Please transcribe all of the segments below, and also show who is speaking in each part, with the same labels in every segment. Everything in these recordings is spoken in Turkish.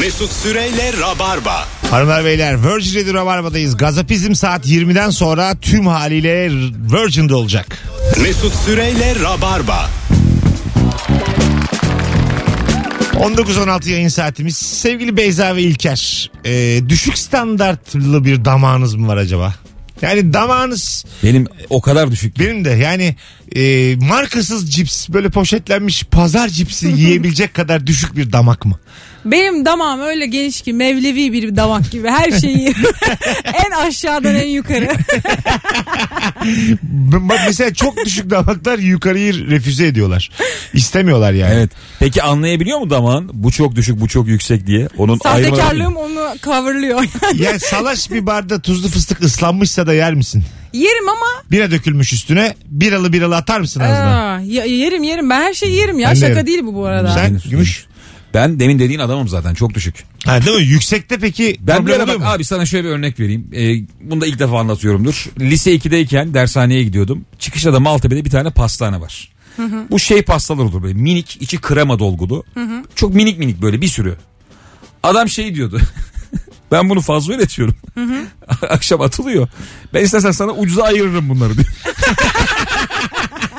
Speaker 1: Mesut Süreyle Rabarba.
Speaker 2: Hanımlar beyler Virgin Radio Rabarba'dayız. Gazapizm saat 20'den sonra tüm haliyle Virgin'de olacak.
Speaker 1: Mesut Süreyle Rabarba.
Speaker 2: 19-16 yayın saatimiz. Sevgili Beyza ve İlker. e, düşük standartlı bir damağınız mı var acaba? Yani damağınız
Speaker 3: Benim o kadar düşük.
Speaker 2: benim de yani e, markasız cips böyle poşetlenmiş pazar cipsi yiyebilecek kadar düşük bir damak mı?
Speaker 4: Benim damağım öyle geniş ki mevlevi bir damak gibi. Her şeyi en aşağıdan en yukarı.
Speaker 2: Ben- bak Mesela çok düşük damaklar yukarıyı refüze ediyorlar. İstemiyorlar yani.
Speaker 3: Evet. Peki anlayabiliyor mu damağın? Bu çok düşük, bu çok yüksek diye. Onun ayrımı-
Speaker 4: Sahtekarlığım onu coverlıyor.
Speaker 2: Yani salaş bir barda tuzlu fıstık ıslanmışsa da yer misin?
Speaker 4: yerim ama
Speaker 2: Bira dökülmüş üstüne biralı biralı atar mısın ağzına?
Speaker 4: Aa, ya- yerim yerim. Ben her şeyi yerim ya.
Speaker 2: Ben de
Speaker 4: Şaka
Speaker 2: yerim.
Speaker 4: değil bu bu arada.
Speaker 2: Sen
Speaker 3: Henüz
Speaker 2: gümüş.
Speaker 3: Ben demin dediğin adamım zaten. Çok düşük.
Speaker 2: Ha, değil mi? Yüksekte peki
Speaker 3: Ben bir
Speaker 2: problem
Speaker 3: ara
Speaker 2: oluyor
Speaker 3: bak
Speaker 2: mu?
Speaker 3: abi sana şöyle bir örnek vereyim. Ee, bunu da ilk defa anlatıyorumdur. Lise 2'deyken dershaneye gidiyordum. Çıkışta da Maltepe'de bir tane pastane var. Bu şey pastalar olur böyle minik içi krema dolgulu. Çok minik minik böyle bir sürü. Adam şey diyordu. ben bunu fazla üretiyorum. Akşam atılıyor. Ben istersen sana ucuza ayırırım bunları diyor.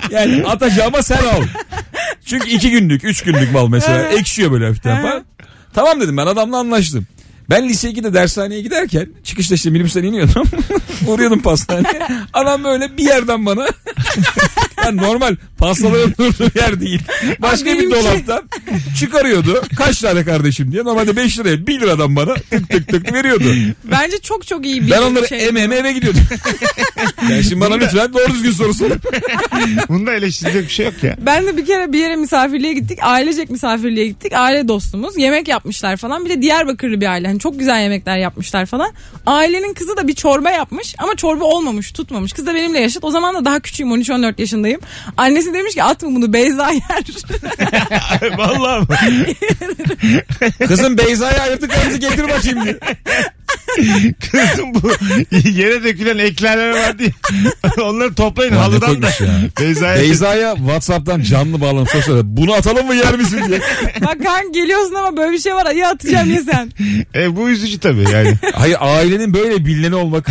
Speaker 3: yani atacağıma sen al. Çünkü iki günlük, üç günlük mal mesela. Ekşiyor böyle hafiften falan. Tamam dedim ben adamla anlaştım. Ben lise 2'de dershaneye giderken çıkışta işte minibüsten iniyordum. Uğruyordum pastaneye. Adam böyle bir yerden bana yani normal pastaların durduğu yer değil. Başka
Speaker 4: Abi
Speaker 3: bir
Speaker 4: benimki-
Speaker 3: dolaptan çıkarıyordu. Kaç tane kardeşim diye. Normalde 5 liraya 1 liradan bana tık tık tık veriyordu.
Speaker 4: Bence çok çok iyi bir
Speaker 3: Ben onları
Speaker 4: şey.
Speaker 3: eme eme eve gidiyordum. yani şimdi bana lütfen doğru düzgün soru sorun.
Speaker 2: Bunda eleştirecek bir şey yok ya.
Speaker 4: Ben de bir kere bir yere misafirliğe gittik. Ailecek misafirliğe gittik. Aile dostumuz. Yemek yapmışlar falan. Bir de Diyarbakırlı bir aile. Hani çok güzel yemekler yapmışlar falan. Ailenin kızı da bir çorba yapmış ama çorba olmamış, tutmamış. Kız da benimle yaşıt. O zaman da daha küçüğüm 13-14 yaşındayım. Annesi demiş ki atma bunu Beyza yer.
Speaker 2: Vallahi mı?
Speaker 3: Kızım Beyza'ya ayırdıklarımızı getir bakayım diye.
Speaker 2: Kızım bu yere dökülen eklerler vardı ya. Onları toplayın
Speaker 3: Ulan ne
Speaker 2: halıdan da.
Speaker 3: koymuş ya.
Speaker 2: Beyza'ya.
Speaker 3: Beyza'ya Whatsapp'tan canlı bağlanıp sorsana bunu atalım mı yer misin diye.
Speaker 4: Bak kanka geliyorsun ama böyle bir şey var. Ya atacağım ya sen.
Speaker 2: E, bu üzücü tabii yani.
Speaker 3: Hayır ailenin böyle bilineni olmak.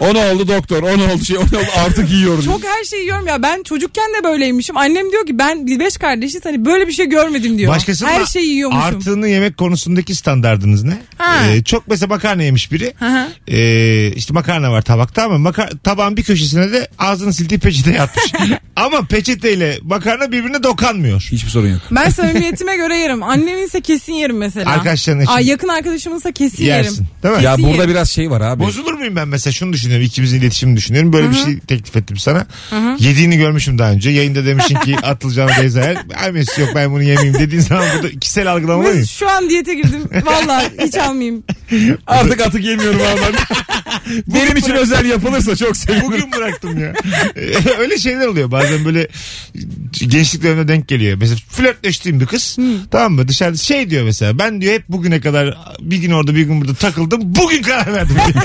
Speaker 3: o ne oldu doktor o ne oldu şey o ne oldu artık yiyor. diye.
Speaker 4: Çok her şeyi yiyorum ya. Ben çocukken de böyleymişim. Annem diyor ki ben biz beş kardeşiz hani böyle bir şey görmedim diyor.
Speaker 2: Başkasının
Speaker 4: her
Speaker 2: da
Speaker 4: şeyi yiyormuşum.
Speaker 2: Artığını yemek konusundaki standardınız ne?
Speaker 4: Ha.
Speaker 2: Ee, çok mesela makarna yemiş biri.
Speaker 4: hı.
Speaker 2: Ee, işte makarna var tabakta ama maka- tabağın bir köşesine de ağzını sildiği peçete yatmış. ama peçeteyle makarna birbirine dokanmıyor.
Speaker 3: Hiçbir sorun yok.
Speaker 4: Ben samimiyetime göre yerim. Anneminse kesin yerim mesela.
Speaker 2: Arkadaşların için.
Speaker 4: Ay, yakın arkadaşımınsa kesin
Speaker 2: Yersin.
Speaker 4: yerim.
Speaker 2: Değil mi?
Speaker 3: Ya
Speaker 4: Kesin
Speaker 3: burada
Speaker 4: yerim.
Speaker 3: biraz şey var abi.
Speaker 2: Bozulur muyum ben mesela şunu düşünüyorum ikimizin iletişimini düşünüyorum böyle bir şey teklif ettim sana yediğini görmüşüm daha önce yayında demişsin ki atılacağım Beyza Yer ay Mesut yok ben bunu yemeyeyim dediğin zaman burada kişisel
Speaker 4: Mesut,
Speaker 2: algılamalıyım
Speaker 4: şu an diyete girdim. Vallahi hiç almayayım.
Speaker 3: Artık atık yemiyorum abi. Benim için özel yapılırsa çok sevinirim.
Speaker 2: Bugün bıraktım ya. Öyle şeyler oluyor bazen böyle gençlik dönemine denk geliyor. Mesela flörtleştiğim bir kız tamam mı dışarıda şey diyor mesela ben diyor hep bugüne kadar bir gün orada bir gün burada takıldım bugün karar verdim diyor.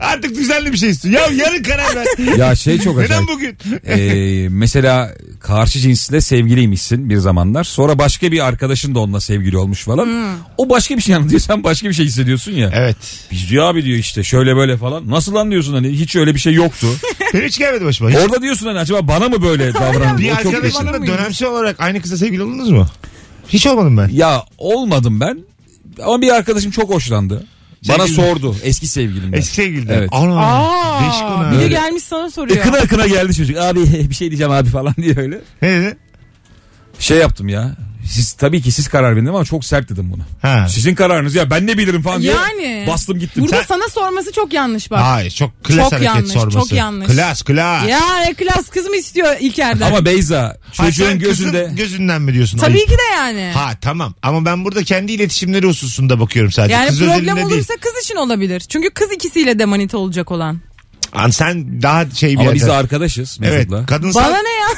Speaker 2: Artık düzenli bir şey istiyor. Ya yarın karar ver.
Speaker 3: Ya şey çok
Speaker 2: Neden
Speaker 3: acayip.
Speaker 2: bugün?
Speaker 3: Ee, mesela karşı cinsle sevgiliymişsin bir zamanlar. Sonra başka bir arkadaşın da onunla sevgili olmuş falan. O başka bir şey anlatıyor. Sen başka bir şey hissediyorsun ya.
Speaker 2: Evet.
Speaker 3: Biz diyor abi diyor işte şöyle böyle falan. Nasıl lan diyorsun hani hiç öyle bir şey yoktu.
Speaker 2: Benim hiç gelmedi başıma.
Speaker 3: Orada diyorsun hani acaba bana mı böyle davrandı?
Speaker 2: Bir
Speaker 3: O çok-
Speaker 4: Bana
Speaker 2: arkadaşınla
Speaker 4: mıydı?
Speaker 2: dönemsel olarak aynı kıza sevgili oldunuz mu? Hiç olmadım ben.
Speaker 3: Ya olmadım ben. Ama bir arkadaşım çok hoşlandı. Bana
Speaker 2: Sevgilim.
Speaker 3: sordu eski sevgilim.
Speaker 2: Eski E, sevgiliden.
Speaker 3: Evet.
Speaker 2: Ana.
Speaker 4: Aa,
Speaker 2: Değişik ona.
Speaker 4: biri
Speaker 2: Öyle.
Speaker 4: gelmiş sana soruyor.
Speaker 3: E, Kına kına geldi çocuk. Abi bir şey diyeceğim abi falan diye öyle.
Speaker 2: Ne dedi?
Speaker 3: Şey yaptım ya. Siz tabii ki siz karar verin ama çok sert dedim buna.
Speaker 2: Ha.
Speaker 3: Sizin kararınız ya ben ne bilirim falan diye.
Speaker 4: Yani.
Speaker 3: Bastım gittim.
Speaker 4: Burada sana sorması çok yanlış bak.
Speaker 2: Hayır çok klas
Speaker 4: Çok
Speaker 2: hareket
Speaker 4: yanlış,
Speaker 2: sorması.
Speaker 4: çok yanlış.
Speaker 2: Klas klas.
Speaker 4: Ya ne klas kız mı istiyor İlker'den?
Speaker 3: Ama Beyza
Speaker 2: Ha, sen
Speaker 3: çocuğun
Speaker 2: kızın
Speaker 3: gözünde
Speaker 2: gözünden mi diyorsun?
Speaker 4: Tabii
Speaker 2: Ayıp.
Speaker 4: ki de yani.
Speaker 2: Ha tamam ama ben burada kendi iletişimleri hususunda bakıyorum sadece.
Speaker 4: Yani
Speaker 2: kız
Speaker 4: problem
Speaker 2: özelinde
Speaker 4: olursa
Speaker 2: değil.
Speaker 4: kız için olabilir. Çünkü kız ikisiyle de manita olacak olan.
Speaker 2: An sen daha şey bir
Speaker 3: Ama biz
Speaker 2: yerden-
Speaker 3: arkadaşız
Speaker 2: Evet.
Speaker 3: Mesut'la.
Speaker 2: Kadın
Speaker 4: Bana ne ya?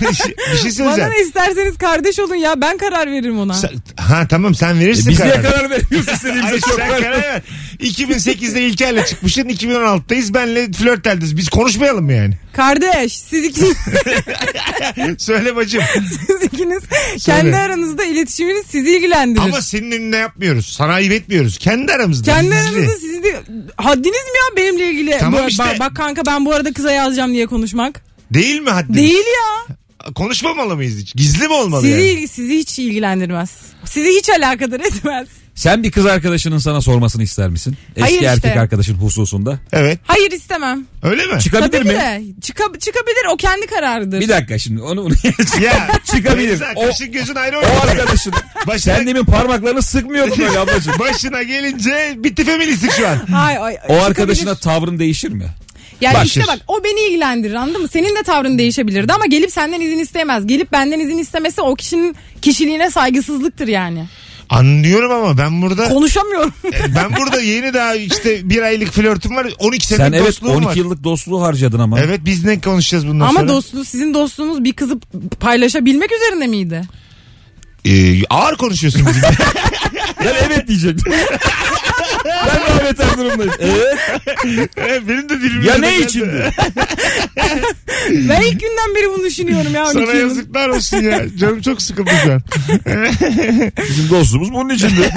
Speaker 2: bir şey
Speaker 4: Bana
Speaker 2: söyleyeceğim.
Speaker 4: ne isterseniz kardeş olun ya. Ben karar veririm ona.
Speaker 2: Sen- ha tamam sen
Speaker 3: E,
Speaker 2: verirsin
Speaker 3: biz niye
Speaker 2: kararı.
Speaker 3: karar veriyoruz istediğimize
Speaker 2: Hayır,
Speaker 3: çok
Speaker 2: sen karar ver. 2008'de İlker'le çıkmışsın 2016'dayız benle flört eldeyiz. Biz konuşmayalım mı yani?
Speaker 4: Kardeş siz ikiniz,
Speaker 2: Söyle bacım.
Speaker 4: siz ikiniz kendi aranızda iletişiminiz sizi ilgilendirir.
Speaker 2: Ama senin önünde yapmıyoruz. Sana ayıp etmiyoruz. Kendi aramızda.
Speaker 4: kendi
Speaker 2: gizli.
Speaker 4: aranızda sizi de- haddiniz mi ya benimle ilgili?
Speaker 2: Tamam
Speaker 4: Bu-
Speaker 2: işte.
Speaker 4: bak, bak kanka ben bu arada kıza yazacağım diye konuşmak.
Speaker 2: Değil mi haddimiz?
Speaker 4: Değil ya.
Speaker 2: Konuşmamalı mıyız hiç? Gizli mi olmalı
Speaker 4: Sizi
Speaker 2: yani?
Speaker 4: ilgi- sizi hiç ilgilendirmez. Sizi hiç alakadar etmez.
Speaker 3: Sen bir kız arkadaşının sana sormasını ister misin? Eski
Speaker 4: Hayır işte.
Speaker 3: erkek arkadaşın hususunda.
Speaker 2: Evet.
Speaker 4: Hayır istemem.
Speaker 2: Öyle mi?
Speaker 3: Çıkabilir
Speaker 4: Tabii ki
Speaker 3: mi?
Speaker 4: de. Çıka- çıkabilir o kendi kararıdır.
Speaker 3: Bir dakika şimdi onu onu
Speaker 2: Ya.
Speaker 3: çıkabilir.
Speaker 2: Beyza,
Speaker 3: O,
Speaker 2: kaşın gözün ayrı
Speaker 3: o
Speaker 2: oynuyor.
Speaker 3: arkadaşın.
Speaker 2: Başına,
Speaker 3: Sen demin parmaklarını sıkmıyordun öyle ablacığım.
Speaker 2: başına gelince bitti feministik şu an.
Speaker 4: Ay, ay,
Speaker 3: O
Speaker 4: çıkabilir.
Speaker 3: arkadaşına tavrın değişir mi?
Speaker 4: Yani
Speaker 3: Bak
Speaker 4: işte
Speaker 3: şimdi-
Speaker 4: bak o beni ilgilendirir anladın mı? Senin de tavrın değişebilirdi ama gelip senden izin isteyemez. Gelip benden izin istemesi o kişinin kişiliğine saygısızlıktır yani.
Speaker 2: Anlıyorum ama ben burada e,
Speaker 4: Konuşamıyorum.
Speaker 2: ben burada yeni daha işte bir aylık flörtüm var. 12 senelik
Speaker 3: Sen evet
Speaker 2: dostluğum
Speaker 3: 12
Speaker 2: var.
Speaker 3: yıllık dostluğu harcadın ama.
Speaker 2: Evet biz ne konuşacağız bundan
Speaker 4: ama
Speaker 2: sonra?
Speaker 4: dostluğu sizin dostluğunuz bir kızı paylaşabilmek üzerine miydi?
Speaker 2: Ee, ağır konuşuyorsun bizimle.
Speaker 3: Ben evet diyecek. ben de evet her durumdayım. Evet.
Speaker 2: Benim de dilim.
Speaker 3: Ya
Speaker 2: yanına
Speaker 3: ne
Speaker 2: geldi.
Speaker 3: içindi?
Speaker 4: Ben ilk günden beri bunu düşünüyorum ya.
Speaker 2: Sana
Speaker 4: 12 yılın.
Speaker 2: yazıklar olsun ya. Canım çok sıkıldı şu an.
Speaker 3: Bizim dostluğumuz bunun içindi.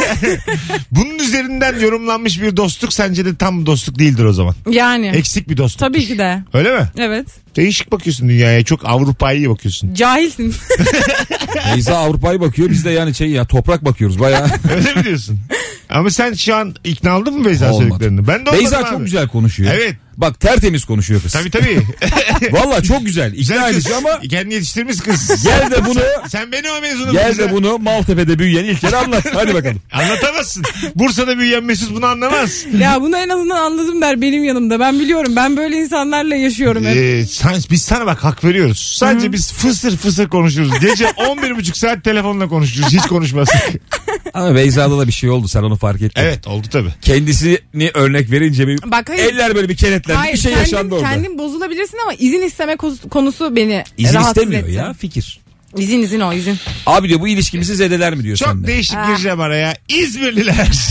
Speaker 2: Bunun üzerinden yorumlanmış bir dostluk sence de tam dostluk değildir o zaman.
Speaker 4: Yani
Speaker 2: Eksik bir dostluk.
Speaker 4: tabii ki de.
Speaker 2: Öyle mi?
Speaker 4: Evet.
Speaker 2: Değişik bakıyorsun dünyaya. Çok Avrupa'yı bakıyorsun.
Speaker 4: Cahilsin.
Speaker 3: Beyza Avrupa'ya bakıyor biz de yani şey ya toprak bakıyoruz bayağı.
Speaker 2: Öyle mi diyorsun? Ama sen şu an ikna oldun mu Beyza
Speaker 3: Olmadı.
Speaker 2: söylediklerini? Ben de olmadım
Speaker 3: Beyza
Speaker 2: abi.
Speaker 3: çok güzel konuşuyor.
Speaker 2: Evet.
Speaker 3: Bak tertemiz konuşuyor kız.
Speaker 2: Tabii tabii.
Speaker 3: Valla çok güzel. İkna
Speaker 2: Güzel kız.
Speaker 3: edici ama
Speaker 2: Kendi yetiştirmiş kız.
Speaker 3: gel de bunu
Speaker 2: Sen beni o mezunum.
Speaker 3: gel
Speaker 2: bize.
Speaker 3: de bunu Maltepe'de büyüyen İlker'e anlat. Hadi bakalım.
Speaker 2: Anlatamazsın. Bursa'da büyüyen Mesut bunu anlamaz.
Speaker 4: ya bunu en azından anladım der benim yanımda. Ben biliyorum. Ben böyle insanlarla yaşıyorum hep.
Speaker 2: Ee, sen- biz sana bak hak veriyoruz. Sadece biz fısır fısır konuşuruz. Gece 11.30 saat telefonla konuşuruz. Hiç konuşmazsak.
Speaker 3: Ama Beyza'da da bir şey oldu sen onu fark ettin.
Speaker 2: evet oldu tabii.
Speaker 3: Kendisini örnek verince bir
Speaker 4: Bak hayır.
Speaker 3: eller böyle bir kenetlendi.
Speaker 4: Hayır,
Speaker 3: bir şey
Speaker 4: kendin,
Speaker 3: yaşandı orada.
Speaker 4: kendin bozulabilirsin ama izin isteme konusu- konusu beni
Speaker 3: İzin
Speaker 4: rahatsız
Speaker 3: istemiyor
Speaker 4: etti.
Speaker 3: ya fikir.
Speaker 4: İzin izin o izin.
Speaker 3: Abi diyor bu ilişkimizi zedeler mi diyor
Speaker 2: Çok
Speaker 3: sende.
Speaker 2: değişik gireceğim araya. İzmirliler.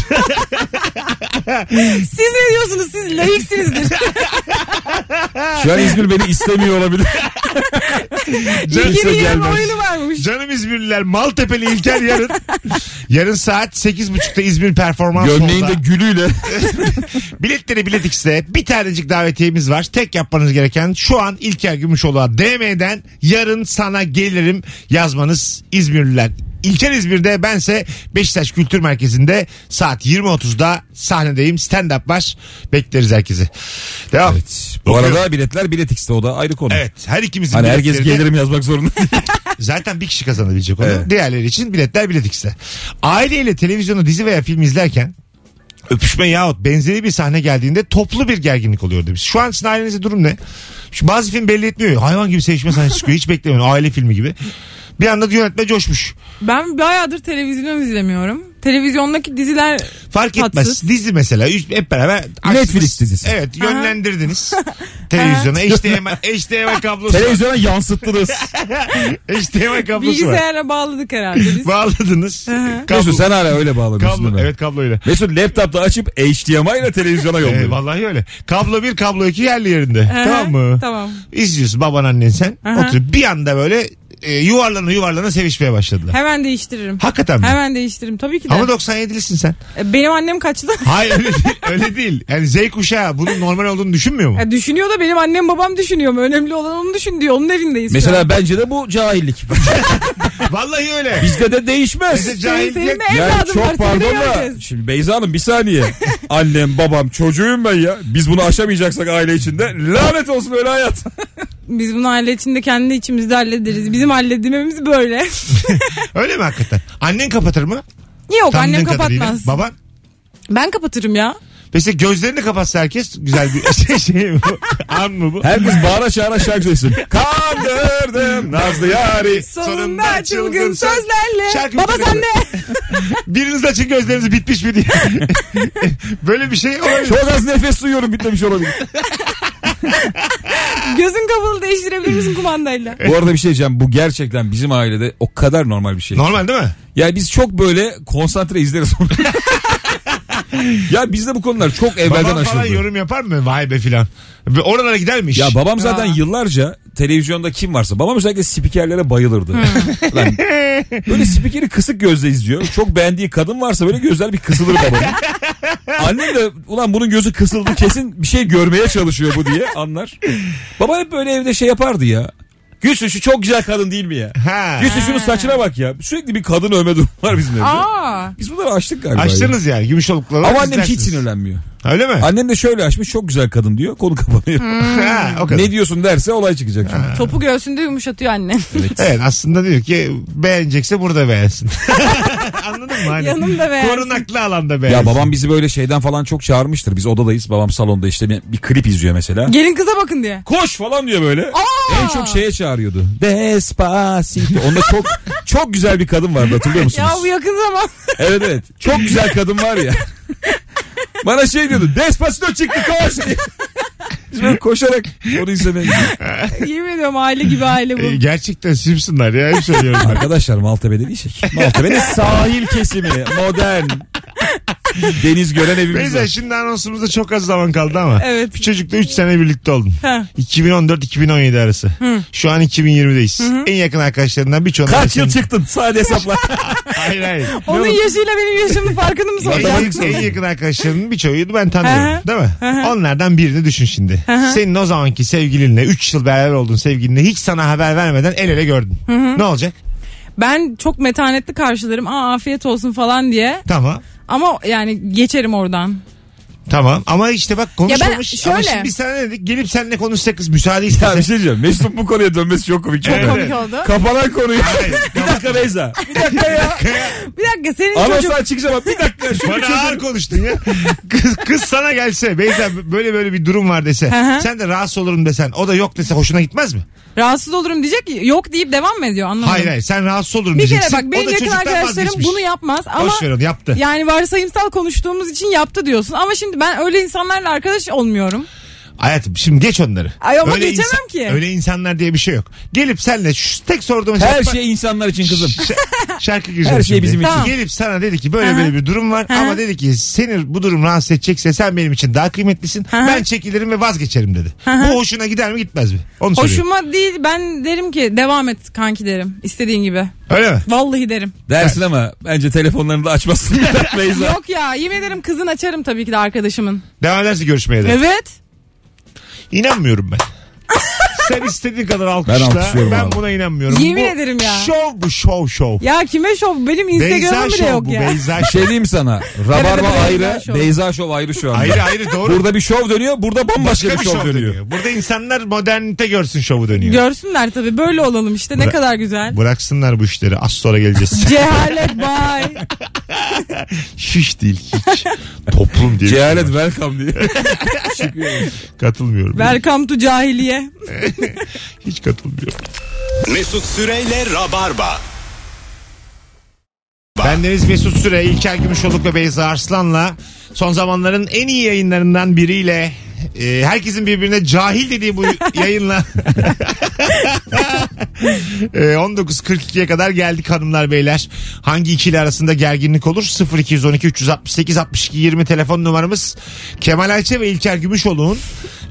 Speaker 4: Siz ne diyorsunuz siz layıksınızdır.
Speaker 3: Şu an İzmir beni istemiyor olabilir.
Speaker 2: Canım,
Speaker 3: Kimse
Speaker 4: Yeni yeni
Speaker 3: gelmez.
Speaker 4: oyunu varmış.
Speaker 2: canım İzmirliler. Maltepe'li İlker yarın. Yarın saat 8.30'da İzmir performans
Speaker 3: Gömleğinde
Speaker 2: Hall'da.
Speaker 3: gülüyle.
Speaker 2: Biletleri Bilet X'de bir tanecik davetiyemiz var. Tek yapmanız gereken şu an İlker Gümüşoğlu'na DM'den yarın sana gelirim yazmanız İzmirliler. İlker İzmir'de bense Beşiktaş Kültür Merkezi'nde saat 20.30'da sahnedeyim. Stand up var. Bekleriz herkesi. Devam. Evet.
Speaker 3: Bu arada biletler bilet X'te o da ayrı konu.
Speaker 2: Evet her ikimizin
Speaker 3: Hani herkes
Speaker 2: biletleri de-
Speaker 3: gelirim yazmak zorunda. değil.
Speaker 2: Zaten bir kişi kazanabilecek onu.
Speaker 3: Evet.
Speaker 2: Diğerleri için biletler bilet X'te. Aileyle televizyonda dizi veya film izlerken öpüşme yahut benzeri bir sahne geldiğinde toplu bir gerginlik oluyor demiş. Şu an sizin ailenizde durum ne? Şu bazı film belli etmiyor. Hayvan gibi sevişme sahnesi çıkıyor. Hiç beklemiyorum. Aile filmi gibi. Bir anda yönetme coşmuş.
Speaker 4: Ben bayağıdır televizyon izlemiyorum. Televizyondaki diziler
Speaker 2: Fark etmez.
Speaker 4: Tatsız.
Speaker 2: Dizi mesela. Üç- Hep beraber. açtınız.
Speaker 3: Netflix dizisi.
Speaker 2: Evet yönlendirdiniz. televizyona. HDMI, HDMI kablosu.
Speaker 3: Televizyona yansıttınız.
Speaker 2: HDMI kablosu var.
Speaker 4: bilgisayara bağladık herhalde biz.
Speaker 2: Bağladınız.
Speaker 3: Mesut sen hala öyle bağlanıyorsun değil
Speaker 2: kablo,
Speaker 3: mi?
Speaker 2: evet kabloyla.
Speaker 3: Mesut laptopta açıp HDMI ile televizyona
Speaker 2: Ee,
Speaker 3: yolluyor.
Speaker 2: vallahi öyle. Kablo bir kablo iki yerli yerinde. tamam mı?
Speaker 4: Tamam.
Speaker 2: İzliyorsun baban annen sen.
Speaker 4: Aha.
Speaker 2: Oturup bir anda böyle e, yuvarlana yuvarlana sevişmeye başladılar.
Speaker 4: Hemen değiştiririm.
Speaker 2: Hakikaten mi?
Speaker 4: Hemen değiştiririm tabii ki de.
Speaker 2: Ama 97'lisin sen.
Speaker 4: E, Benim annem kaçtı.
Speaker 2: Hayır öyle değil. Öyle değil. Yani Z kuşağı bunun normal olduğunu düşünmüyor mu?
Speaker 4: Ya düşünüyor da benim annem babam düşünüyor mu? Önemli olan onu düşün diyor. Onun evindeyiz. şu an.
Speaker 3: Mesela bence de bu cahillik.
Speaker 2: Vallahi öyle.
Speaker 3: Bizde de değişmez.
Speaker 2: Bize
Speaker 4: senin,
Speaker 2: cahil
Speaker 4: senin de
Speaker 3: Yani
Speaker 4: evladın var.
Speaker 3: çok
Speaker 4: seni de
Speaker 3: pardon da
Speaker 4: herkes.
Speaker 3: şimdi Beyza Hanım bir saniye. Annem babam çocuğum ben ya. Biz bunu aşamayacaksak aile içinde lanet olsun öyle hayat.
Speaker 4: Biz bunu aile içinde kendi içimizde hallederiz. Bizim halledememiz böyle.
Speaker 2: Öyle mi hakikaten? Annen kapatır mı?
Speaker 4: Yok
Speaker 2: Tanıdığın
Speaker 4: annem
Speaker 2: kadarıyla.
Speaker 4: kapatmaz.
Speaker 2: Baban?
Speaker 4: Ben kapatırım ya.
Speaker 2: Mesela gözlerini kapatsa herkes güzel bir şey, şey mi bu? An mı bu?
Speaker 3: Herkes bağıra çağıra şarkı söylesin. Kandırdım Nazlı Yari.
Speaker 4: Sonunda çılgın
Speaker 2: sen-
Speaker 4: sözlerle.
Speaker 2: Şarkı
Speaker 4: Baba
Speaker 2: bitirdi.
Speaker 4: sen de.
Speaker 2: Biriniz açın gözlerinizi bitmiş mi diye. Böyle bir şey olabilir.
Speaker 3: Çok az nefes duyuyorum bitmemiş olabilir.
Speaker 4: Gözün kapalı değiştirebilir misin kumandayla?
Speaker 3: Bu arada bir şey diyeceğim. Bu gerçekten bizim ailede o kadar normal bir şey.
Speaker 2: Normal değil mi?
Speaker 3: Yani biz çok böyle konsantre izleriz onu. ya bizde bu konular çok evvelden
Speaker 2: Babam falan
Speaker 3: aşıldı.
Speaker 2: yorum yapar mı? Vay be filan. Ve Oralara gider mi iş?
Speaker 3: Ya babam zaten
Speaker 4: Aa.
Speaker 3: yıllarca televizyonda kim varsa babam özellikle spikerlere bayılırdı. Lan, böyle spikeri kısık gözle izliyor. Çok beğendiği kadın varsa böyle gözler bir kısılır babamın. Annem de ulan bunun gözü kısıldı kesin bir şey görmeye çalışıyor bu diye anlar. Baba hep böyle evde şey yapardı ya. Gülsün şu çok güzel kadın değil mi ya?
Speaker 2: Ha.
Speaker 3: Gülsün şunun saçına bak ya. Sürekli bir kadın övme durumu var bizim evde.
Speaker 4: Aa.
Speaker 3: Biz bunları açtık galiba. ya.
Speaker 2: Açtınız yani gümüşolukla.
Speaker 3: Ama annem hiç sinirlenmiyor.
Speaker 2: Öyle mi?
Speaker 3: Annem de şöyle açmış çok güzel kadın diyor konu kapanıyor.
Speaker 4: Hmm.
Speaker 2: Ha, o kadar.
Speaker 3: ne diyorsun derse olay çıkacak. Şimdi.
Speaker 4: Topu göğsünde yumuşatıyor anne.
Speaker 2: Evet aslında diyor ki beğenecekse burada beğensin. Anladın mı? Hani,
Speaker 4: Yanımda beğensin.
Speaker 2: Korunaklı alanda
Speaker 3: Ya
Speaker 2: beğensin.
Speaker 3: babam bizi böyle şeyden falan çok çağırmıştır. Biz odadayız. Babam salonda işte bir, bir klip izliyor mesela.
Speaker 4: Gelin kıza bakın diye.
Speaker 3: Koş falan diyor böyle. En çok şey- şeye çağırıyordu. Despacito. Onda çok çok güzel bir kadın vardı hatırlıyor musunuz?
Speaker 4: Ya bu yakın zaman.
Speaker 3: Evet evet. Çok güzel kadın var ya. Bana şey diyordu. Despacito çıktı koş diye. Biz böyle koşarak onu izlemeye gidiyoruz.
Speaker 4: Yemin ediyorum aile gibi aile
Speaker 3: E,
Speaker 2: Ee,
Speaker 4: bu.
Speaker 2: gerçekten Simpsonlar ya. Hep söylüyorum. ben.
Speaker 3: Arkadaşlar Maltepe'de değilsek. Maltepe'nin sahil kesimi. Modern. Deniz gören evimiz
Speaker 2: Beyza
Speaker 3: var.
Speaker 2: şimdi anonsumuzda çok az zaman kaldı ama.
Speaker 4: Evet.
Speaker 2: Bir çocukla 3 sene birlikte oldun.
Speaker 4: Ha.
Speaker 2: 2014-2017 arası. Şu an 2020'deyiz. En yakın arkadaşlarından birçoğunu
Speaker 3: Kaç
Speaker 2: arasın.
Speaker 3: yıl çıktın? Sade hesapla.
Speaker 2: Hayır hayır.
Speaker 4: Onun yaşıyla benim yaşımın farkını mı
Speaker 2: En,
Speaker 4: soracaksın?
Speaker 2: en- en yakın arkadaşlarının birçoğuydu ben
Speaker 4: Hı
Speaker 2: tanıyorum.
Speaker 4: hı.
Speaker 2: Değil mi? Onlardan birini düşün şimdi. Senin o zamanki sevgilinle 3 yıl beraber olduğun sevgilinle hiç sana haber vermeden el ele gördün. Ne olacak?
Speaker 4: Ben çok metanetli karşılarım. Aa afiyet olsun falan diye.
Speaker 2: Tamam.
Speaker 4: Ama yani geçerim oradan.
Speaker 2: Tamam ama işte bak konuşmamış.
Speaker 4: şöyle-
Speaker 2: Ama şimdi biz sana ne dedik? Gelip seninle konuşsa kız müsaade
Speaker 3: Ya bir
Speaker 2: istese.
Speaker 3: şey diyeceğim. Mesut'un bu konuya dönmesi çok komik.
Speaker 4: Çok
Speaker 2: Evet.
Speaker 4: komik oldu.
Speaker 3: Kapanan konuyu.
Speaker 2: Hayır.
Speaker 3: bir dakika Beyza. Bir dakika ya.
Speaker 4: Bir dakika senin
Speaker 3: Anonsu
Speaker 4: çocuk.
Speaker 3: açık ama bir dakika. Şunu
Speaker 2: Bana ağır
Speaker 3: çözelim.
Speaker 2: konuştun ya. Kız, kız sana gelse Beyza böyle böyle bir durum var dese.
Speaker 4: hı.
Speaker 2: sen de rahatsız olurum desen. O da yok dese hoşuna gitmez mi?
Speaker 4: Rahatsız olurum diyecek ki, yok deyip devam mı ediyor anlamadım.
Speaker 2: Hayır hayır sen rahatsız olurum
Speaker 4: Bir kere
Speaker 2: diyeceksin.
Speaker 4: bak benim
Speaker 2: o da
Speaker 4: yakın
Speaker 2: çocuktan
Speaker 4: arkadaşlarım
Speaker 2: vazgeçmiş.
Speaker 4: bunu yapmaz ama
Speaker 2: Boş ver onu yaptı.
Speaker 4: yani varsayımsal konuştuğumuz için yaptı diyorsun. Ama şimdi ben öyle insanlarla arkadaş olmuyorum.
Speaker 2: Hayatım şimdi geç onları.
Speaker 4: Ay ama geçemem ki.
Speaker 2: Öyle insanlar diye bir şey yok. Gelip senle şu tek sorduğum şey-
Speaker 3: Her
Speaker 2: bak,
Speaker 3: şey insanlar için kızım.
Speaker 2: şa- şarkı gireceğim
Speaker 3: Her şey
Speaker 2: şimdi.
Speaker 3: bizim için.
Speaker 4: Tamam.
Speaker 2: Gelip sana dedi ki böyle
Speaker 4: Hı hı.
Speaker 2: böyle bir durum var
Speaker 4: Hı hı.
Speaker 2: ama dedi ki seni bu durum rahatsız edecekse sen benim için daha kıymetlisin.
Speaker 4: hı.
Speaker 2: Ben çekilirim ve vazgeçerim dedi. Bu hoşuna gider mi gitmez mi? Onu soruyorum.
Speaker 4: Hoşuma değil ben derim ki devam et kanki derim. İstediğin gibi.
Speaker 2: Öyle mi?
Speaker 4: Vallahi derim.
Speaker 3: Dersin ama bence telefonlarını da açmasın. Beyza.
Speaker 4: Yok ya yemin ederim kızın açarım tabii ki de arkadaşımın.
Speaker 2: Devam ederse görüşmeye de.
Speaker 4: Evet.
Speaker 2: İnanmıyorum ben. Sen istediğin kadar
Speaker 3: Ben
Speaker 2: alkışla. Ben,
Speaker 3: alkışlıyorum abi.
Speaker 2: buna inanmıyorum.
Speaker 4: Yemin
Speaker 2: Bu
Speaker 4: ederim ya.
Speaker 2: Şov bu şov şov.
Speaker 4: Ya kime şov? Benim
Speaker 2: Beyza
Speaker 4: Instagram'ım bile
Speaker 2: şov
Speaker 4: yok
Speaker 2: bu
Speaker 4: ya.
Speaker 2: Beyza
Speaker 3: Bir
Speaker 2: şov.
Speaker 3: şey diyeyim sana.
Speaker 4: Evet,
Speaker 3: Rabarba
Speaker 4: evet,
Speaker 3: ayrı,
Speaker 4: Beyza Şov.
Speaker 3: Beyza Şov ayrı şu anda.
Speaker 2: Ayrı ayrı doğru.
Speaker 3: Burada bir şov dönüyor, burada bambaşka
Speaker 2: Başka
Speaker 3: bir şov dönüyor.
Speaker 2: Burada insanlar modernite görsün şovu dönüyor.
Speaker 4: Görsünler tabii böyle olalım işte ne
Speaker 2: Bıra-
Speaker 4: kadar güzel.
Speaker 2: Bıraksınlar bu işleri. Az sonra geleceğiz.
Speaker 4: Cehalet bay.
Speaker 2: Şiş değil hiç. Toplum diye. bir şey
Speaker 3: Cehalet
Speaker 2: var.
Speaker 3: welcome diye.
Speaker 2: Katılmıyorum.
Speaker 4: Welcome to cahiliye.
Speaker 2: Hiç katılmıyorum.
Speaker 1: Mesut Süreyle Rabarba.
Speaker 2: Ben Deniz Mesut Süre, İlker Gümüşoluk ve Beyza Arslan'la son zamanların en iyi yayınlarından biriyle e, herkesin birbirine cahil dediği bu yayınla e, 19.42'ye kadar geldik hanımlar beyler. Hangi ikili arasında gerginlik olur? 0212 368 62 20 telefon numaramız. Kemal Ayçe ve İlker Gümüşoluk'un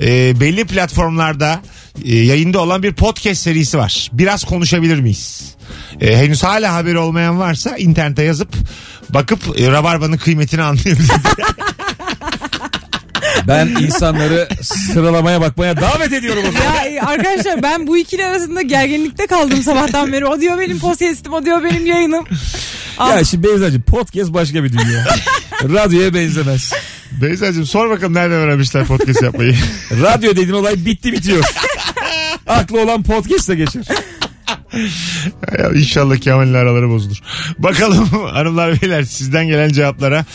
Speaker 2: e, belli platformlarda e, yayında olan bir podcast serisi var. Biraz konuşabilir miyiz? E, henüz hala haberi olmayan varsa internete yazıp bakıp e, Rabarba'nın kıymetini anlayabilir.
Speaker 3: Ben insanları sıralamaya bakmaya davet ediyorum o zaman.
Speaker 4: Ya e, arkadaşlar ben bu ikili arasında gerginlikte kaldım sabahtan beri. O diyor benim podcast'im, o diyor benim yayınım.
Speaker 3: Ya şimdi Beyza'cığım podcast başka bir dünya. Radyoya benzemez.
Speaker 2: Beyza'cığım sor bakalım nereden öğrenmişler podcast yapmayı.
Speaker 3: Radyo dediğin olay bitti bitiyor. Aklı olan podcast'e geçer.
Speaker 2: Ya İnşallah Kemal'le araları bozulur. Bakalım hanımlar beyler sizden gelen cevaplara.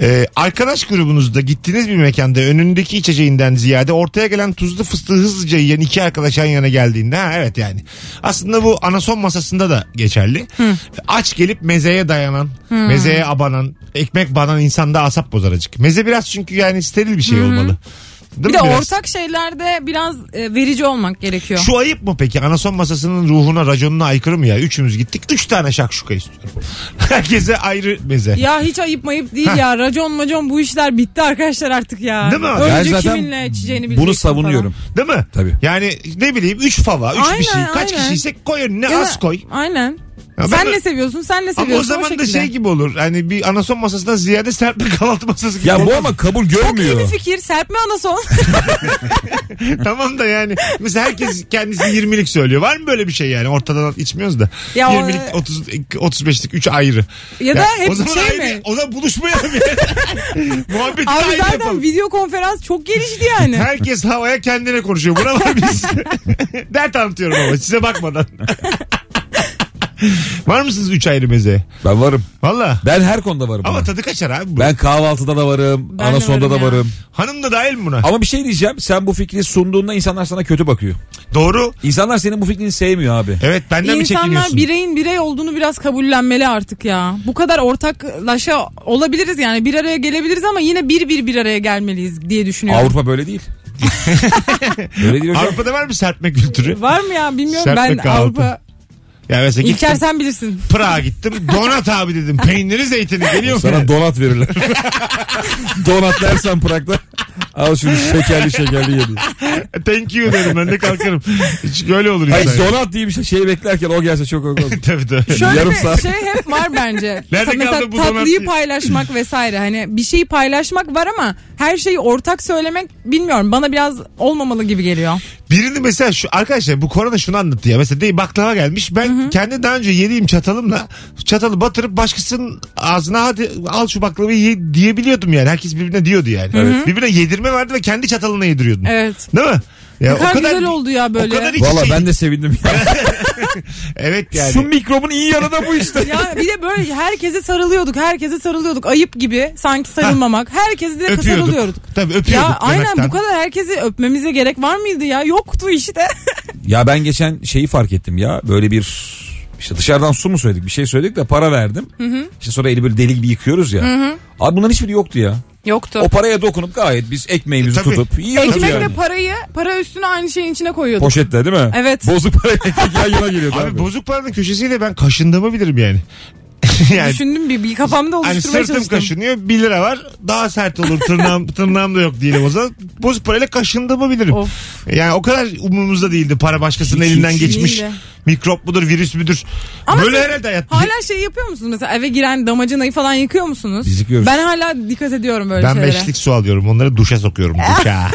Speaker 2: Ee, arkadaş grubunuzda gittiğiniz bir mekanda önündeki içeceğinden ziyade ortaya gelen tuzlu fıstığı hızlıca yiyen iki arkadaş yan yana geldiğinde ha evet yani. Aslında bu anason masasında da geçerli. Aç gelip mezeye dayanan, mezeye abanan, ekmek banan insanda asap bozaracık. Meze biraz çünkü yani steril bir şey olmalı. Değil
Speaker 4: Bir
Speaker 2: mi
Speaker 4: de
Speaker 2: biraz?
Speaker 4: ortak şeylerde biraz e, verici olmak gerekiyor.
Speaker 2: Şu ayıp mı peki? Anason masasının ruhuna, raconuna aykırı mı ya? Üçümüz gittik. Üç tane şakşuka istiyorum. Herkese ayrı meze.
Speaker 4: Ya hiç ayıp mayıp değil ya. Racon macon bu işler bitti arkadaşlar artık ya.
Speaker 2: Değil mi?
Speaker 3: Ben
Speaker 4: Önce
Speaker 3: zaten
Speaker 4: kiminle içeceğini bileceksin
Speaker 3: Bunu savunuyorum.
Speaker 2: Değil mi?
Speaker 3: Tabii.
Speaker 2: Yani ne bileyim üç fava, üç
Speaker 4: Aynen,
Speaker 2: bir şey. Kaç
Speaker 4: aynen.
Speaker 2: kişiysek koy önüne
Speaker 4: falan. Ya da-
Speaker 2: az koy.
Speaker 4: Aynen.
Speaker 2: Ya ben-
Speaker 4: sen ne seviyorsun sen ne
Speaker 2: Ama
Speaker 4: seviyorsun
Speaker 2: o zaman da
Speaker 4: şekilde.
Speaker 2: şey gibi olur. Hani bir anason masasından ziyade serpme kahvaltı masası gibi.
Speaker 3: Ya
Speaker 2: olur.
Speaker 3: bu ama kabul
Speaker 4: Çok iyi bir
Speaker 3: görmüyor.
Speaker 4: fikir. Serpme anason.
Speaker 2: tamam da yani. Mesela herkes kendisi 20'lik söylüyor. Var mı böyle bir şey yani? Ortadan içmiyoruz da.
Speaker 4: Ya o-
Speaker 2: 20'lik, 30, 35'lik 3 ayrı.
Speaker 4: ya da hep
Speaker 2: o zaman
Speaker 4: şey
Speaker 2: ayrı-
Speaker 4: mi?
Speaker 2: O zaman buluşmayalım yani. Muhabbeti de
Speaker 4: Abi
Speaker 2: ayrı
Speaker 4: zaten
Speaker 2: yapalım.
Speaker 4: video konferans çok gelişti yani.
Speaker 2: Herkes havaya kendine konuşuyor. Buna var biz. Dert anlatıyorum ama size bakmadan. var mısınız 3 ayrı meze?
Speaker 3: Ben varım.
Speaker 2: Valla.
Speaker 3: Ben her konuda varım.
Speaker 2: Ama
Speaker 3: buna.
Speaker 2: tadı kaçar abi. bu.
Speaker 3: Ben kahvaltıda da varım.
Speaker 4: Ben de
Speaker 3: Anasonda da
Speaker 4: varım ya.
Speaker 3: varım.
Speaker 2: Hanım da dahil mi buna?
Speaker 3: Ama bir şey diyeceğim. Sen bu fikri sunduğunda insanlar sana kötü bakıyor.
Speaker 2: Doğru.
Speaker 3: İnsanlar senin bu fikrini sevmiyor abi.
Speaker 2: Evet benden mi
Speaker 4: İnsanlar
Speaker 2: çekiniyorsun?
Speaker 4: bireyin birey olduğunu biraz kabullenmeli artık ya. Bu kadar ortaklaşa olabiliriz yani bir araya gelebiliriz ama yine bir bir bir araya gelmeliyiz diye düşünüyorum.
Speaker 3: Avrupa böyle değil. Öyle değil hocam.
Speaker 2: Avrupa'da var mı serpme kültürü?
Speaker 4: Var mı ya bilmiyorum
Speaker 2: Serpme
Speaker 4: ben
Speaker 2: kahvaltı.
Speaker 4: Avrupa.
Speaker 2: Ya mesela gittim
Speaker 4: İlker sen bilirsin.
Speaker 2: Prag'a gittim. Donat abi dedim. Peyniri zeytini geliyor mu?
Speaker 3: Sana donat verirler. donat dersen Prag'da. Al şunu şekerli şekerli yedi.
Speaker 2: Thank you dedim ben de kalkarım. Hiç öyle olur insan.
Speaker 3: Hayır donat diye bir şey, şey beklerken o gelse çok olmaz.
Speaker 2: tabii tabii.
Speaker 4: Şöyle
Speaker 3: Yarım
Speaker 4: bir
Speaker 3: saat.
Speaker 4: şey hep var bence.
Speaker 2: Nerede
Speaker 4: Ta- Mesela
Speaker 2: kaldı bu
Speaker 4: tatlıyı
Speaker 2: donatçı?
Speaker 4: paylaşmak vesaire. Hani bir şeyi paylaşmak var ama her şeyi ortak söylemek bilmiyorum. Bana biraz olmamalı gibi geliyor.
Speaker 2: Birini mesela şu arkadaşlar bu korona şunu anlattı ya. Mesela değil baklava gelmiş. Ben kendi daha önce yediğim çatalımla çatalı batırıp başkasının ağzına hadi al şu baklavayı ye diyebiliyordum yani. Herkes birbirine diyordu yani. Evet. Birbirine yedirme vardı ve kendi çatalına yediriyordun.
Speaker 4: Evet.
Speaker 2: Değil mi? Ya
Speaker 4: Ne kadar güzel oldu ya böyle.
Speaker 2: O kadar iç
Speaker 3: Valla
Speaker 4: şey-
Speaker 2: içeydik.
Speaker 3: ben de sevindim. ya.
Speaker 2: Evet yani.
Speaker 3: Şu mikrobun iyi yanı da bu işte.
Speaker 4: Ya bir de böyle herkese sarılıyorduk. Herkese sarılıyorduk. Ayıp gibi sanki sarılmamak. Herkese de sarılıyorduk.
Speaker 2: Tabii öpüyorduk.
Speaker 4: Ya aynen
Speaker 2: yanaktan.
Speaker 4: bu kadar herkesi öpmemize gerek var mıydı ya? Yoktu işte.
Speaker 3: Ya ben geçen şeyi fark ettim ya böyle bir işte dışarıdan su mu söyledik bir şey söyledik de para verdim. İşte sonra eli böyle deli gibi yıkıyoruz ya. Abi bunların hiçbiri yoktu ya.
Speaker 4: Yoktu.
Speaker 3: O paraya dokunup gayet biz ekmeğimizi
Speaker 2: E, tabii.
Speaker 3: tutup yiyoruz
Speaker 4: Ekmekle
Speaker 3: yani.
Speaker 4: parayı para üstüne aynı şeyin içine koyuyorduk.
Speaker 3: Poşetle değil mi?
Speaker 4: Evet.
Speaker 3: Bozuk para ekmek yan yana geliyordu abi.
Speaker 2: Abi bozuk paranın köşesiyle ben kaşındığımı bilirim yani. yani
Speaker 4: Düşündüm bir, bir kafamda
Speaker 2: hani
Speaker 4: oluşturmaya
Speaker 2: sırtım
Speaker 4: çalıştım.
Speaker 2: kaşınıyor 1 lira var daha sert olur tırnağım, tırnağım da yok diyelim o zaman bozuk parayla kaşındığımı bilirim.
Speaker 4: Of.
Speaker 2: Yani o kadar umurumuzda değildi para başkasının
Speaker 3: Hiç,
Speaker 2: elinden
Speaker 3: hiç,
Speaker 2: geçmiş.
Speaker 4: değildi.
Speaker 2: Mikrop mudur virüs müdür?
Speaker 4: Ama
Speaker 2: Böyle
Speaker 4: siz
Speaker 2: herhalde hayat.
Speaker 4: Hala şey yapıyor musunuz mesela eve giren damacanayı falan yıkıyor musunuz?
Speaker 3: Biz yıkıyoruz.
Speaker 4: Ben hala dikkat ediyorum böyle
Speaker 2: Ben
Speaker 4: şeylere.
Speaker 2: beşlik su alıyorum onları duşa sokuyorum. Duşa.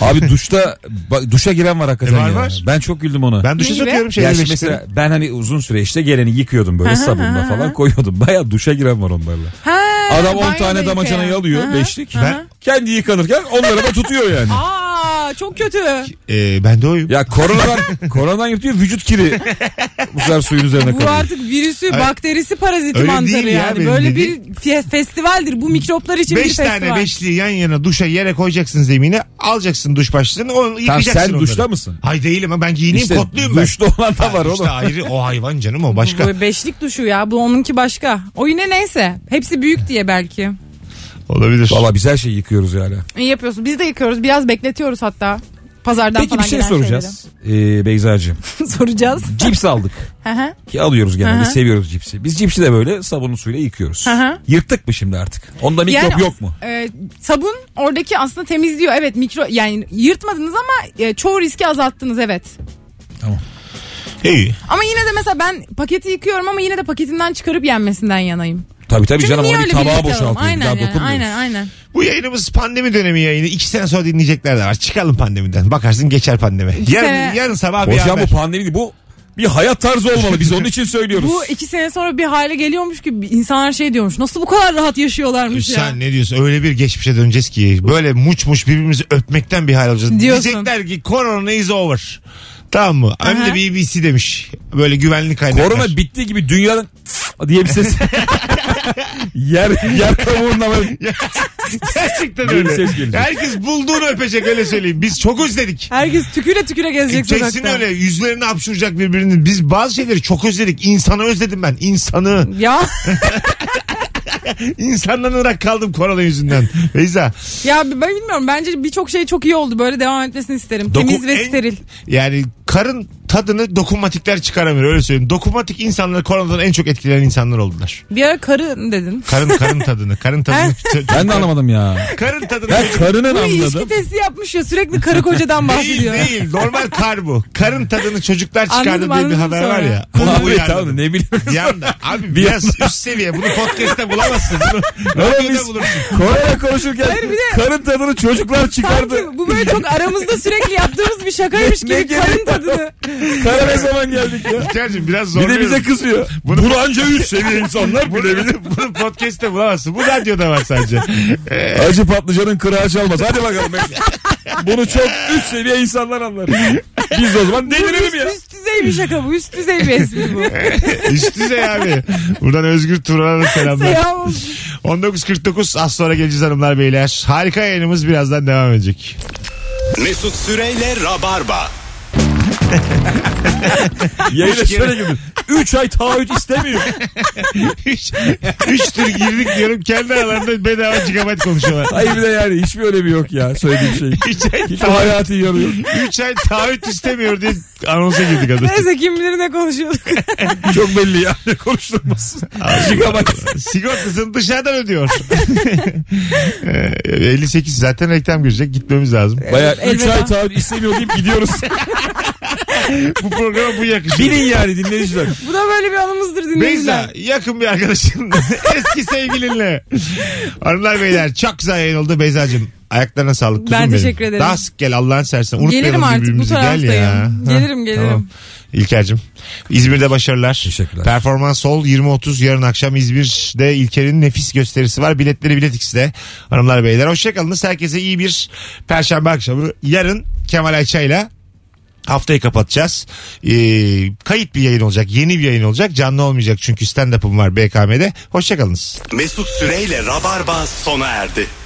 Speaker 3: Abi duşta ba- duşa giren var hakikaten
Speaker 2: E, var,
Speaker 3: ya.
Speaker 2: var.
Speaker 3: Ben şey çok güldüm ona.
Speaker 2: ben duşa
Speaker 4: Ne gibi?
Speaker 2: sokuyorum şeyleri
Speaker 3: ya şimdi
Speaker 2: beşlikleri.
Speaker 3: mesela ben hani uzun süre işte geleni yıkıyordum böyle sabunla falan koyuyordum. Baya duşa giren var onlarla.
Speaker 4: Ha,
Speaker 3: Adam 10
Speaker 4: banyoda
Speaker 3: tane
Speaker 4: yıkayan.
Speaker 3: damacanayı alıyor
Speaker 4: Aha.
Speaker 3: beşlik.
Speaker 2: Ben-
Speaker 3: Kendi yıkanırken onları da tutuyor yani.
Speaker 4: Aa çok kötü.
Speaker 2: Ee, ben de oyum.
Speaker 3: Ya koronadan, koronadan yırtıyor vücut kiri. Bu sefer suyun üzerine
Speaker 4: Bu
Speaker 3: kalıyor.
Speaker 4: artık virüsü, bakterisi, paraziti
Speaker 2: Öyle değil
Speaker 4: mantarı
Speaker 2: ya
Speaker 4: yani.
Speaker 2: benim
Speaker 4: Böyle
Speaker 2: dediğim.
Speaker 4: bir fe- festivaldir. Bu mikroplar için bir
Speaker 2: Beş
Speaker 4: festival.
Speaker 2: tane beşliği yan yana duşa yere koyacaksın zemine. Alacaksın duş başlığını onu yıkayacaksın
Speaker 3: sen
Speaker 2: onları.
Speaker 3: duşta mısın?
Speaker 2: Hay değilim ama ben giyineyim
Speaker 3: İşte
Speaker 2: kotluyum ben.
Speaker 3: duşta olan
Speaker 2: Ha,
Speaker 3: da var
Speaker 2: duşta
Speaker 3: oğlum.
Speaker 2: ayrı o hayvan canım o başka.
Speaker 4: Bu beşlik duşu ya. Bu onunki başka. O yine neyse. Hepsi büyük diye belki.
Speaker 2: Olabilir.
Speaker 3: Valla biz her şeyi yıkıyoruz yani.
Speaker 4: İyi yapıyorsun. Biz de yıkıyoruz. Biraz bekletiyoruz hatta. Pazardan
Speaker 3: Peki bir
Speaker 4: falan
Speaker 3: şey
Speaker 4: gelen
Speaker 3: soracağız ee, Beyza'cığım.
Speaker 4: şeyleri. soracağız.
Speaker 3: Cips aldık
Speaker 4: Hı hı.
Speaker 3: ki alıyoruz genelde
Speaker 4: Hı hı.
Speaker 3: seviyoruz cipsi. Biz cipsi de böyle sabunlu suyla yıkıyoruz.
Speaker 4: Hı hı.
Speaker 3: Yırttık mı şimdi artık? Onda mikrop
Speaker 4: Yani
Speaker 3: yok mu?
Speaker 4: e, sabun oradaki aslında temizliyor. Evet mikro yani yırtmadınız ama e, çoğu riski azalttınız evet.
Speaker 2: İyi.
Speaker 4: Ama yine de mesela ben paketi yıkıyorum ama yine de paketinden çıkarıp yenmesinden yanayım.
Speaker 3: Tabii tabii
Speaker 4: Çünkü
Speaker 3: canım
Speaker 4: niye
Speaker 3: onu
Speaker 4: öyle
Speaker 3: bir
Speaker 4: bir risk
Speaker 3: tabağa
Speaker 4: alalım?
Speaker 3: boşaltıyoruz. Bir
Speaker 4: Aynen
Speaker 3: daha
Speaker 4: yani,
Speaker 3: dokunmuyoruz.
Speaker 4: aynen aynen.
Speaker 2: Bu yayınımız pandemi dönemi yayını. İki sene sonra dinleyecekler de var. Çıkalım pandemiden. Bakarsın geçer pandemi. Yarın,
Speaker 4: sene-
Speaker 2: yarın sabah bir
Speaker 3: Hocam
Speaker 2: haber.
Speaker 3: bu pandemi değil, bu bir hayat tarzı olmalı. Biz onun için söylüyoruz.
Speaker 4: Bu iki sene sonra bir hale geliyormuş ki insanlar şey diyormuş. Nasıl bu kadar rahat yaşıyorlarmış ya.
Speaker 2: E Sen ne diyorsun? Öyle bir geçmişe döneceğiz ki böyle muç muç birbirimizi öpmekten bir hal olacağız.
Speaker 4: Diyorsun.
Speaker 2: Diyecekler ki korona is over. Tamam mı? Hem de
Speaker 4: Aha.
Speaker 2: BBC demiş. Böyle güvenlik kaynaklar.
Speaker 3: Korona bittiği gibi dünyanın diye bir ses. yer yer kavuğundan böyle
Speaker 2: Gerçekten
Speaker 3: Yeni
Speaker 2: öyle.
Speaker 3: ses gelecek.
Speaker 2: Herkes bulduğunu öpecek öyle söyleyeyim. Biz çok özledik.
Speaker 4: Herkes tüküre tüküre gezecek
Speaker 2: Kesin
Speaker 4: sokakta.
Speaker 2: öyle. Yüzlerini hapşuracak birbirini. Biz bazı şeyleri çok özledik. İnsanı özledim ben. İnsanı.
Speaker 4: Ya
Speaker 2: İnsanlanarak kaldım korona yüzünden. Beyza.
Speaker 4: Ya ben bilmiyorum bence birçok şey çok iyi oldu. Böyle devam etmesini isterim.
Speaker 2: doku-
Speaker 4: Temiz ve
Speaker 2: en-
Speaker 4: steril.
Speaker 2: Yani karın tadını dokunmatikler çıkaramıyor öyle söyleyeyim. Dokunmatik insanlar koronadan en çok etkilenen insanlar oldular.
Speaker 4: Bir ara karı dedin.
Speaker 2: Karın karın tadını. Karın tadını.
Speaker 3: Ben de anlamadım ya.
Speaker 2: Karın tadını.
Speaker 3: Ben karının
Speaker 4: Bu
Speaker 3: anladım.
Speaker 4: ilişki testi yapmış ya sürekli karı kocadan
Speaker 2: Değil
Speaker 4: bahsediyor.
Speaker 2: değil. Normal kar bu. Karın tadını çocuklar çıkardı
Speaker 4: Anladım,
Speaker 2: diye bir
Speaker 4: anladım
Speaker 2: haber var
Speaker 4: sonra.
Speaker 2: ya. Onu
Speaker 3: Abi
Speaker 2: uyardım.
Speaker 3: tamam da ne bileyim.
Speaker 2: Bir anda. Abi biraz üst seviye. Bunu podcast'te bulamazsın. Bunu radyoda
Speaker 3: biz-
Speaker 2: bulursun.
Speaker 3: Korona konuşurken
Speaker 4: Hayır, bir de-
Speaker 3: karın tadını çocuklar çıkardı.
Speaker 4: Sanki bu böyle çok aramızda sürekli yaptığımız bir şakaymış
Speaker 3: Ne- ne
Speaker 4: gibi karın
Speaker 3: gerek var?
Speaker 4: tadını.
Speaker 3: Kara ne zaman geldik ya?
Speaker 2: İlker'cim biraz
Speaker 3: Bir
Speaker 2: zorluyorum.
Speaker 3: de bize kızıyor.
Speaker 2: Bunu-
Speaker 3: Bunu anca üst seviye insanlar
Speaker 2: Bunu,
Speaker 3: bilebilir.
Speaker 2: bunu podcast'te bulamazsın. Bu radyoda var sadece. Ee,
Speaker 3: Acı patlıcanın kırağı çalmaz. Hadi bakalım. Bunu çok üst seviye insanlar anlar. Biz de o zaman
Speaker 4: Bu
Speaker 3: delirelim ya.
Speaker 4: üst, üst düzey bir şaka bu. Üst düzey bir espri bu.
Speaker 2: üst düzey abi. Buradan Özgür Turan'a da selamlar.
Speaker 4: Selam olsun.
Speaker 2: 19.49 az sonra geleceğiz hanımlar beyler. Harika yayınımız birazdan devam edecek.
Speaker 1: Mesut Süreyle Rabarba.
Speaker 3: Yayına şöyle gibi. 3 ay taahhüt istemiyor.
Speaker 2: Üç, üç tür girdik diyorum kendi aralarında bedava gigabayt konuşuyorlar.
Speaker 3: Hayır bir de yani hiçbir önemi yok ya söylediğim şey.
Speaker 2: Üç ay,
Speaker 3: Hiçbir hayatı yarıyor.
Speaker 2: 3 ay taahhüt istemiyor diye anonsa girdik adı.
Speaker 4: Neyse kim bilir ne konuşuyorduk.
Speaker 3: Çok belli ya. Konuşturmasın. Gigabyte.
Speaker 2: Sigortasını dışarıdan ödüyor. Ee, 58 zaten reklam girecek gitmemiz lazım.
Speaker 3: Baya 3
Speaker 4: Elveda.
Speaker 3: ay taahhüt istemiyor deyip gidiyoruz.
Speaker 2: Bu programa bu yakışır.
Speaker 3: Bilin yani dinleyiciler.
Speaker 4: Bu da böyle bir anımızdır
Speaker 2: Beyza
Speaker 4: dinleyiciler.
Speaker 2: yakın bir arkadaşın eski sevgilinle. Hanımlar beyler çok güzel yayın oldu Beyza'cığım. Ayaklarına sağlık kuzum
Speaker 4: Ben
Speaker 2: benim.
Speaker 4: teşekkür ederim.
Speaker 2: Daha sık gel Allah'ın sersen. Unutmayalım
Speaker 4: Gelirim artık, bu
Speaker 2: birbirimizi. Gel ya.
Speaker 4: taraftayım.
Speaker 2: Ha,
Speaker 4: Gelirim, gelirim.
Speaker 2: İlker'cim İzmir'de başarılar.
Speaker 3: Teşekkürler.
Speaker 2: Performans Sol 20.30 yarın akşam İzmir'de İlker'in nefis gösterisi var. Biletleri Bilet X'de. Hanımlar beyler hoşçakalınız. Herkese iyi bir perşembe akşamı. Yarın Kemal Ayça'yla Haftayı kapatacağız. Ee, kayıt bir yayın olacak. Yeni bir yayın olacak. Canlı olmayacak çünkü stand-up'ım var BKM'de. Hoşçakalınız.
Speaker 1: Mesut Süreyle Rabarba sona erdi.